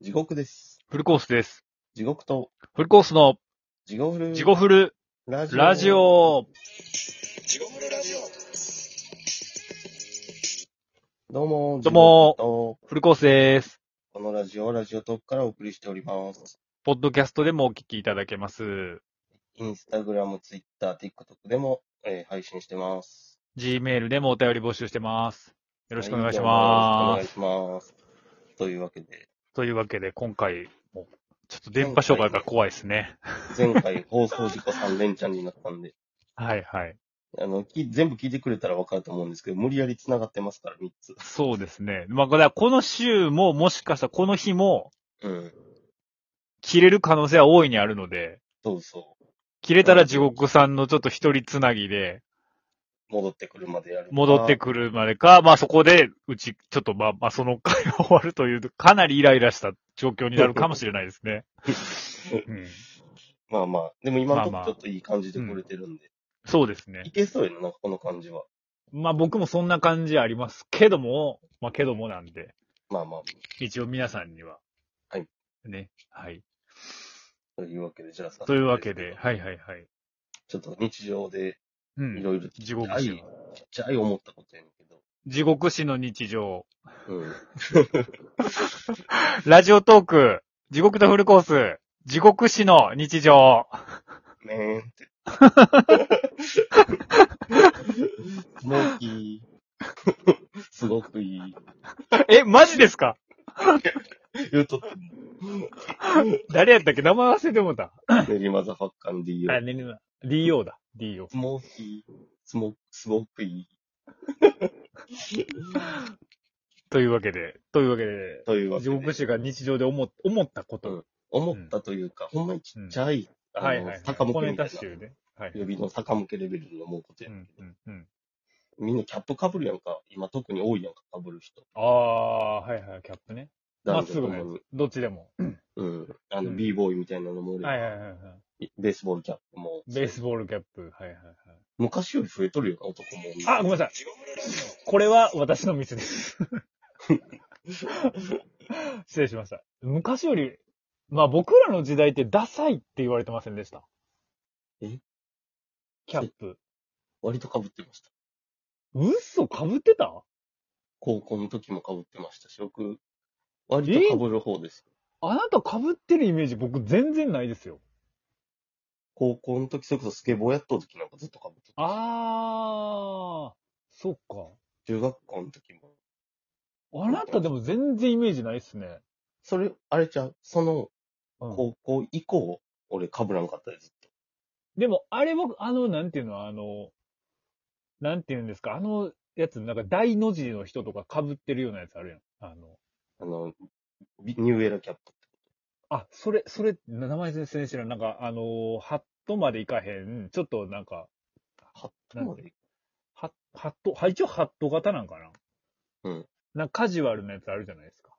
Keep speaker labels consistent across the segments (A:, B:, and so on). A: 地獄です。
B: フルコースです。
A: 地獄と、
B: フルコースの
A: 地獄フル、
B: ジゴフル
A: ラジオ。
B: ラジオ。
A: どうも、
B: どうも
A: 地獄
B: フルコースです。
A: と。このラジオはラジオトークからお送りしております。
B: ポッドキャストでもお聞きいただけます。
A: インスタグラム、ツイッター、ティックトックでも、えー配信してます。
B: Gmail でもお便り募集してます。
A: よ
B: よろしくお願いします。
A: お願いします。というわけで、
B: というわけで、今回も、ちょっと電波障害が怖いですね。
A: 前回放送事故3連チャンになったんで、
B: はいはい。
A: あの、き全部聞いてくれたらわかると思うんですけど、無理やり繋がってますから、3つ。
B: そうですね。まあ、だからこの週ももしかしたらこの日も
A: うん。
B: 切れる可能性は大いにあるので、
A: そうそ
B: 切れたら地獄さんのちょっと一人つなぎで、
A: う。戻ってくるまでやるか。
B: 戻ってくるまでか、まあそこで、うち、ちょっとまあ、まあその会が終わるという、かなりイライラした状況になるかもしれないですね。うん、
A: まあまあ、でも今のとこ
B: まあまあ
A: ちょっといい感じでくれてるんで、
B: そうですね
A: い。けそうやな、この感じは。
B: まあ僕もそんな感じありますけども、まあけどもなんで、
A: まあまあ、
B: 一応皆さんには。
A: はい。
B: ね。はい。
A: というわけで、じゃあさ。
B: というわけで、はいはいはい。
A: ちょっと日常で
B: う
A: い
B: ん。
A: ろいろちっ
B: 地
A: ち
B: 獄
A: ゃい、ち
B: 死。
A: っちゃい思ったことやねんけど。
B: 地獄死の日常。
A: うん。
B: ラジオトーク、地獄とフルコース、地獄死の 日常。
A: ねーんって。 スモーキー。すごくいい。
B: え、マジですか
A: 言うとって
B: 誰やったっけ名前忘れてもうた。
A: ね、練馬ザファッカン DO
B: あ、。ねね、DO だ。DO。
A: スモーキー。スモすごくいい。
B: というわけで、というわけで、
A: というわけ
B: 地獄
A: で。
B: 師が日常で思っ思ったこと。
A: うん思ったというか、ほんまにちっちゃい、あの、
B: はいはい。
A: 坂向
B: 小
A: け
B: ネ
A: みた
B: タ
A: いな。
B: 集ね。はい。
A: 指の坂向けレベルに思うこと
B: う
A: や、
B: んうんうん。
A: みんなキャップ被るやんか。今特に多いやんか、被る人。
B: ああ、はいはい、キャップね。まっすぐ
A: と
B: の
A: も
B: や
A: に。
B: つ。どっちでも。
A: うん。あの、
B: うん
A: b ボーイみたいなのもおるやん
B: はいはいはいは
A: ベースボールキャップも。
B: い。ベースボールキャップ。はいはいはい。
A: 昔より増えとるよな、男も。
B: あ、ごめんなさい。これは私のミ スです。失礼しました。昔より、まあ僕らの時代ってダサいって言われてませんでした。
A: え
B: キャップ。
A: 割と被ってました。
B: 嘘被ってた
A: 高校の時も被ってましたし、僕、割と被る方です。
B: あなた被ってるイメージ僕全然ないですよ。
A: 高校の時、それこそスケボーやっとる時なんかずっと被ってた。
B: あー、そっか。
A: 中学校の時も。
B: あなたでも全然イメージないっすね。
A: それ、あれちゃうその、
B: うん、
A: 高校以降、俺被らんかったです。
B: でも、あれ僕、あの、なんていうの、あの、なんていうんですか、あのやつ、なんか大の字の人とか被ってるようなやつあるやん。あの、
A: あの、ビニューエラキャップ。
B: あ、それ、それ、な名前全然知らん。なんか、あの、ハットまでいかへん、ちょっとなんか、
A: ハットまで
B: ハッハット、は一応ハット型なんかな
A: うん。
B: なんかカジュアルなやつあるじゃないですか。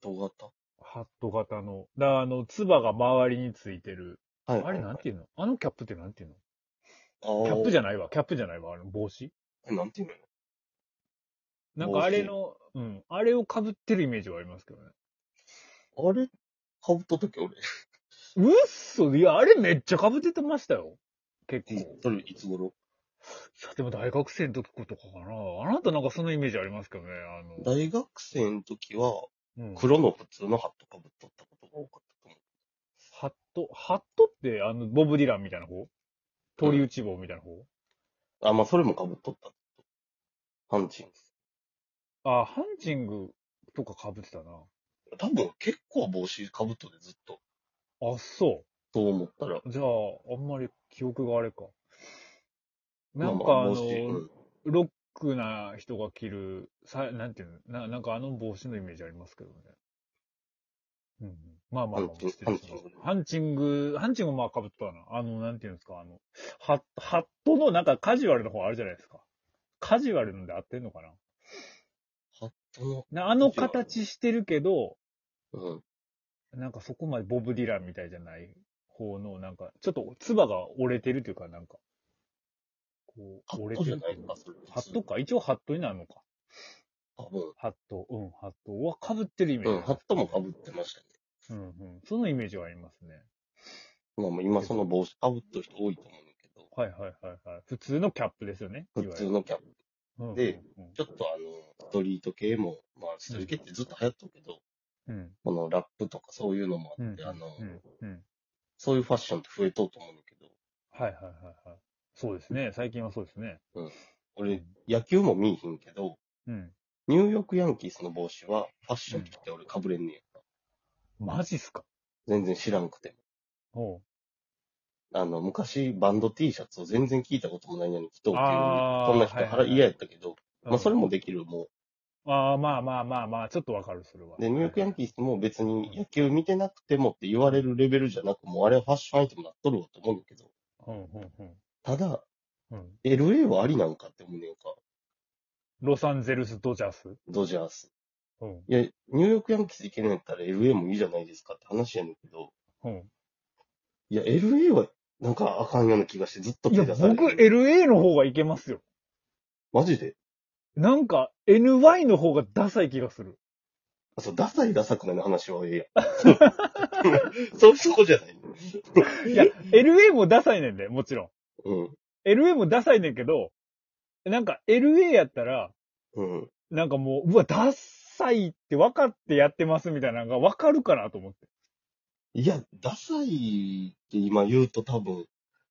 A: 人型
B: ハット型の。だからあの、ツバが周りについてる。
A: はい
B: あれなんていうのあのキャップってなんていう
A: キャ
B: のキャップじ
A: ゃ
B: ゃないわ。キャップじゃないわ。あの帽子
A: なんていうの
B: なんかあれの、うん。あれを被ってるイメージはありますけどね。
A: あれ被った時俺。
B: うっそいや、あれめっちゃ被っててましたよ。結構。い
A: それいつ頃
B: や、でも大学生の時とかかな。あなたなんかそのイメージありますけどね。あの、
A: 大学生の時は、
B: うん、
A: 黒の普通のハット被っとったことが多かったと
B: ハット、ハットってあの、ボブ・ディランみたいな方鳥打ち棒みたいな方、
A: 思う。あ、まあそれも被っとった。ハンチング
B: あ、ハンチングとか被ってたな。
A: 多分結構帽子被っとでずっと。
B: あ、そう。
A: そう思ったら。
B: じゃあ、あんまり記憶があれか。なんか
A: まあま
B: あ
A: あ
B: の
A: 帽、子うん
B: ロックな人が着る、さなんていうのな、なんかあの帽子のイメージありますけどね。うんうん。まあまあまあ、
A: ハンチング
B: 失礼しましたハンチング、ハンチングまあかぶったな。あの、なんていうんですか、あの、ハット、ハットのなんかカジュアルの方あるじゃないですか。カジュアルので合ってんのかな
A: ハットの、
B: なあの形してるけど、
A: うん。
B: なんかそこまでボブ・ディランみたいじゃない方の、なんか、ちょっと、つばが折れてるというか、なんか、こ
A: ハ
B: う、折
A: ッ
B: れ
A: ト
B: て
A: じゃ
B: る
A: ないのか、それ。
B: ハットか。一応ハットになるのか。
A: 多分。
B: ハット、うん、ハットは被ってるイメージ
A: うん、
B: あり
A: ハ
B: ま
A: ッ
B: す。
A: トも被ってましたね。
B: うん、うん。そのイメージはありますね。
A: まあもう今その帽子被ってる人多いと思うんだけど、
B: はいはいはいはい。普通のキャップですよね。
A: 普通のキャップ。
B: の
A: で、
B: うん
A: ちょっとあの、ストリート系も、まあストリート系ってずっと流行ったけど、
B: うん。
A: このラップとかそういうのもあ
B: うん。
A: って、あの、
B: うん。うん。
A: そういうファッションって増えとうと思うんだけど、
B: はいはいはいはい。そうですね。最近はそうですね。
A: 俺、野球も見いひんけど、
B: うん。
A: ニューヨークヤンキースの帽子はファッションとして俺被れんねやな。
B: マジっすか
A: 全然知らんくても。
B: おう
A: あの、昔バンド T シャツを全然聞いたこともないのに着とうっていう、
B: あー
A: こんな人
B: はいはい
A: 腹嫌やったけど、まあそれ
B: も。
A: もできるも
B: ああ、まあまあまあまあ、ちょっとわかる、それは。
A: う。で、ニューヨークヤンキースも別に野球見てなくてもって言われるレベルじゃなく、もうあれはファッションアイテムになっとるわと思うんだけど、
B: うんうんうん。
A: ただ、
B: うん。
A: LA はありなんかって思うねんか、
B: ロサンゼルス・ドジャース。
A: ドジャース。
B: うん。
A: いや、ニューヨークヤンキース行けないんやったら LA もいいじゃないですかって話やねんけど、
B: うん。
A: いや、LA はなんかあかんような気がしてずっと
B: いや、
A: 出され
B: 僕、
A: てる
B: LA の方がいけますよ。
A: マジで
B: なんか、NY の方がダサい気がする。
A: あそう、ダサいダサくないの話はええやん。 そう、そこじゃない。
B: いや、LA もダサいねんで、もちろん。
A: うん。
B: LA もダサいねんけど、なんか LA やったら、
A: うん。
B: なんかもう、うわ、ダッサいって分かってやってますみたいなのが分かるかなと思って。
A: いや、ダサいって今言うと多分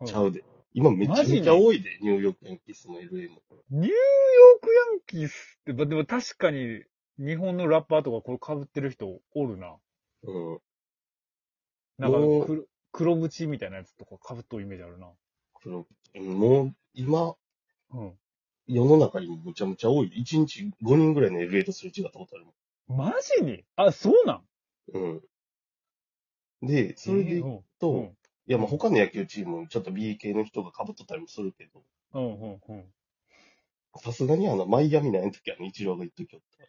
B: うん
A: ちゃうで。今めちゃめちゃ多いで、ニューヨークヤンキースも LA も。
B: ニューヨークヤンキースって、までも確かに日本のラッパーとかこれ被ってる人おるな。
A: うん。
B: なんか
A: おー
B: 黒、黒縁みたいなやつとか被っとうイメージあるな。
A: 黒もう、今、
B: うん。
A: 世の中にもむちゃむちゃ多い。1日5人ぐらいの LA とすれ違ったことあるもん。
B: マジにあ、そうなん
A: うん。で、それで言う
B: う
A: と、
B: うん
A: いや、まあ他の野球チーム、ちょっと B 系の人が被っとったりもするけど、
B: ん、うん、うん。
A: さすがにあの、マイアミのあの時は、ね、一郎が言っときよっ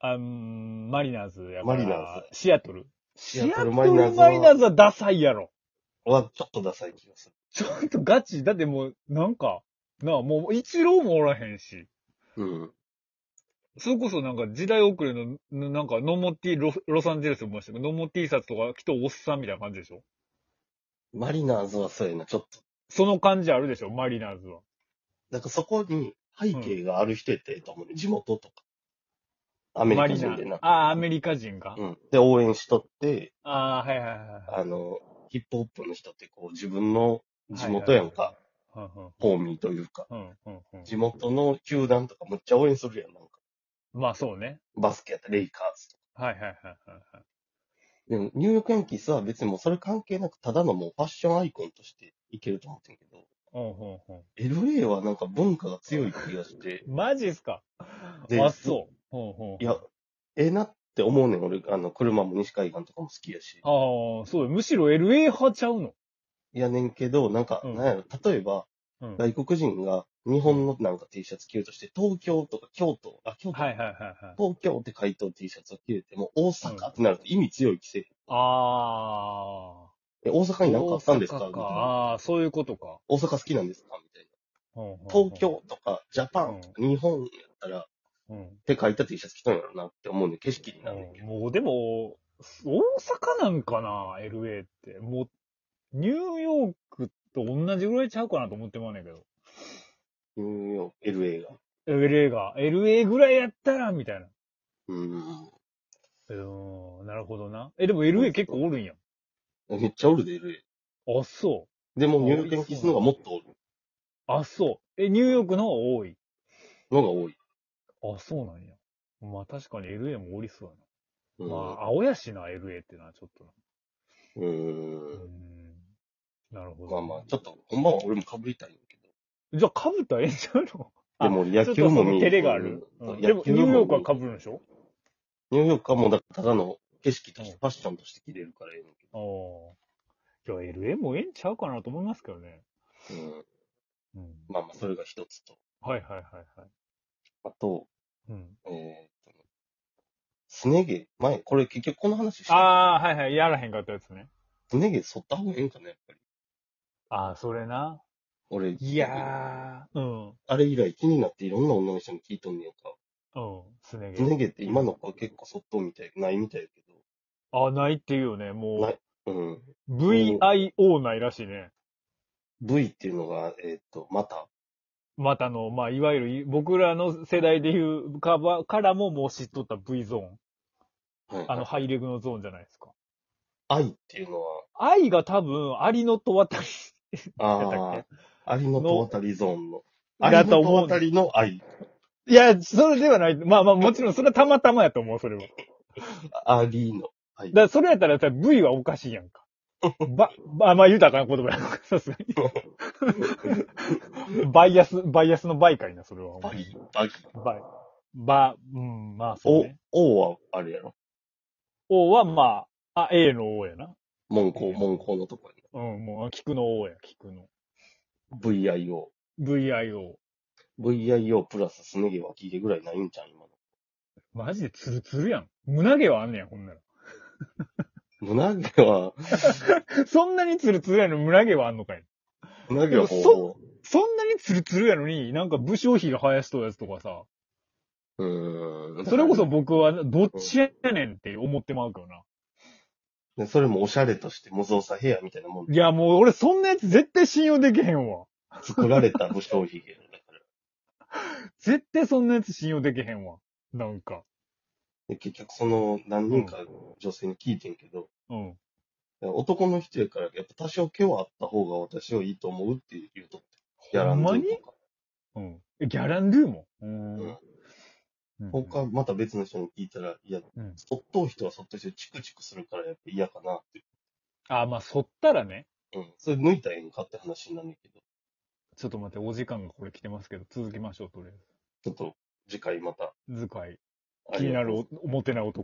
A: た。
B: あん、マリナーズやか
A: マ
B: ら。
A: リナー
B: ズ。シアトル。シ
A: ア
B: アト
A: ト
B: ル
A: ル
B: マ
A: マ
B: リ
A: リナ
B: ナー
A: ー
B: ズ
A: ズは
B: はダサいやろ。
A: は、ちょっとダサい気がす
B: ちょっとガチ。だってもう、なんか、なあ、もう、一郎もおらへんし。
A: る。うん。
B: それこそなんか時代遅れの、ななんかノモティロ、ロサンゼルスもましたけど、ノモ T シャツとか着とおっさんみたいな感じでしょ
A: マリナーズはそうやな、ちょっと。
B: その感じあるでしょマリナーズは。
A: なんかそこに背景がある人やったらええと思うね。地元とか。アメリカ人でな。
B: ああー、アメリカ人か。
A: うん。で、応援しとって、
B: ああ、はいはいはいはい。
A: あの、ヒップホップの人ってこう、自分の地元やんか、
B: うんうん
A: ホーミーというか、
B: うんうんうん
A: 地元の球団とかむっちゃ応援するやん、なんか。
B: まあそうね。
A: バスケやったらレイカーズとか。
B: はいはいはいはいはい。
A: でも、ニューヨークヤンキースは別にもうそれ関係なく、ただのもうファッションアイコンとしていけると思ってんけど、
B: うんうんうん
A: LA はなんか文化が強い気が して、
B: マジっすか
A: で
B: あ、そう。うんうんうん
A: いや、ええなって思うねん、俺。あの、車も西海岸とかも好きやし。
B: ああ、そうよむしろ LA 派ちゃうの。
A: いやねんけど、なんか、
B: うん
A: なんやろ、例えば、
B: うん。はい
A: 外国人が日本のなんか T シャツ着るとして、東京とか京都、あ、京都、
B: はいはいはい。
A: 東京って回答 T シャツを着れても、大阪ってなると意味強い規制。
B: ああ。
A: え、大阪に何かあったんですか
B: 大
A: み
B: 阪
A: たいな。
B: ああ、そういうことか。
A: 大阪好きなんですかみたいな。
B: うんうんうん
A: 東。京とか、ジャパンとか、日本やったら、
B: うん。
A: って書いた T シャツ着たんやろなって思うねん景色になるねんけど。
B: もうでも、大阪なんかな、LA って。もう、ニューヨークと同じぐらいちゃうかなと思ってまうねんけど。
A: ニューヨーク、LA が。
B: LA が、LA ぐらいやったら、みたいな。
A: う
B: うーん、なるほどな。え、でも LA 結構おるんや。
A: ん。めっちゃおるで、LA。
B: あ、そう。
A: でも、ニューヨークヤンキースの方がもっとおる
B: あ、そう。え、ニューヨークの方が多い。
A: のが多い。
B: あ、そうなんや。まあ確かに LA もおりそう
A: う
B: や
A: ん
B: な。まあ、青やしな、LA ってな、ちょっとな。
A: う
B: うー
A: ん。
B: ん。なるほど。
A: まあまあ、ちょっと、ほんまは俺も被りたいんだけど。
B: じゃあ、かぶったらええんちゃうのあ
A: でも、
B: ち ょ
A: 野
B: っと
A: 球
B: そ
A: も
B: の
A: 見
B: 照れがある。
A: そう
B: うんでも、ニューヨークは
A: 見
B: 被るんでしょ
A: ニューヨークはもう、だからただの景色として、ファッションとして着れるからええねんけ
B: ああ。いや、LA もええんちゃうかなと思いますけどね。
A: ど。うん。
B: うん。
A: まあまあ、それが一つと。
B: はいはいはいはい。
A: あと、
B: うん。
A: えーっとね、すね毛。前、これ結局この話した。
B: ああ、はいはい。やらへんかったやつね。
A: すね毛剃った方がええんかな、やっぱり。
B: ああ、それな。
A: 俺、
B: いやー。うん。
A: あれ以来気になっていろんな女の人に聞いとんねやんか。
B: うん、すね
A: すね
B: 毛。
A: 毛って今の子は結構そっとみたい、ないみたいやけ
B: あ、ないっていうよね。
A: ど、な
B: も
A: い。うん。
B: う、VIO ないらしいね。
A: V っていうのが、えーっと、また、
B: またの、まあ、いわゆるい、僕らの世代でいうかば、からももう知っとった V ゾーン。
A: はい、
B: あの、ハイレグのゾーンじゃないですか。
A: 愛っていうのは、
B: 愛が多分、アリノと渡り、やったっ
A: あ
B: け
A: あ、アリの戸渡りゾーンの、ア
B: だ
A: リ
B: と
A: の
B: 思
A: 戸
B: うん
A: 渡
B: です。
A: りの愛。
B: いや、それではない。まあまあ、もちろん、それはたまたまやと思う、それは。
A: アリの愛。
B: だからそれやったらさ、V はおかしいや んか。ば、ば、まあ、豊かな言葉やんか。さすが に。バイアス、バイアスのバイかいな、それは。
A: バギ、バギ。
B: バイ。ば、うん、まあ、そう
A: お
B: ね。、
A: 王はあれやろ。
B: O は、まあ、あ、A の O やな。
A: 門校、門校のとこ
B: うん、もう、菊の O や、菊の。
A: や。VIO。
B: VIO。
A: VIO プラスすね毛は聞いてぐらいないんちゃう今の。
B: マジでツルツルやん。胸毛はあんねや、ほんなら。
A: 胸毛は、
B: そんなにツルツルやのに胸毛はあんのかい。
A: 胸毛は
B: でも
A: こ
B: そんなにツルツルやのに、なんか武将費が生やしとるやつとかさ、
A: う、うーん。
B: それこそ僕はどっちやねんって思ってまうけどな。
A: でそれもおしゃれとして、無造作ヘアみたいなもんで
B: いや、もう俺そんなやつ絶対信用できへんわ。
A: 作られた武将髭だから。
B: 絶対そんなやつ信用できへんわ。なんか。
A: で結局その何人か女性に聞いてんけど、
B: うん。
A: 男の人やから、やっぱ多少毛はあった方が私はいいと思うって言うとって。や
B: ほ
A: ら
B: ん
A: んとと
B: まに
A: か。
B: うん。えギャランドゥも。う
A: うん
B: ん。うん
A: 他、また別の人に聞いたら、いや、
B: うん
A: そっとう人はそっとう人でチクチクするからやっぱ嫌かなって。
B: あ、まあ、そったらね。
A: うん。それ抜いたらええんかって話になるんだけど、
B: ちょっと待って、お時間がこれ来てますけど、続きましょう、とりあえ
A: ちょっと次回また。
B: ず。図解。
A: あ
B: 気
A: り
B: に
A: が
B: な
A: とうございます
B: るお、おもてな男。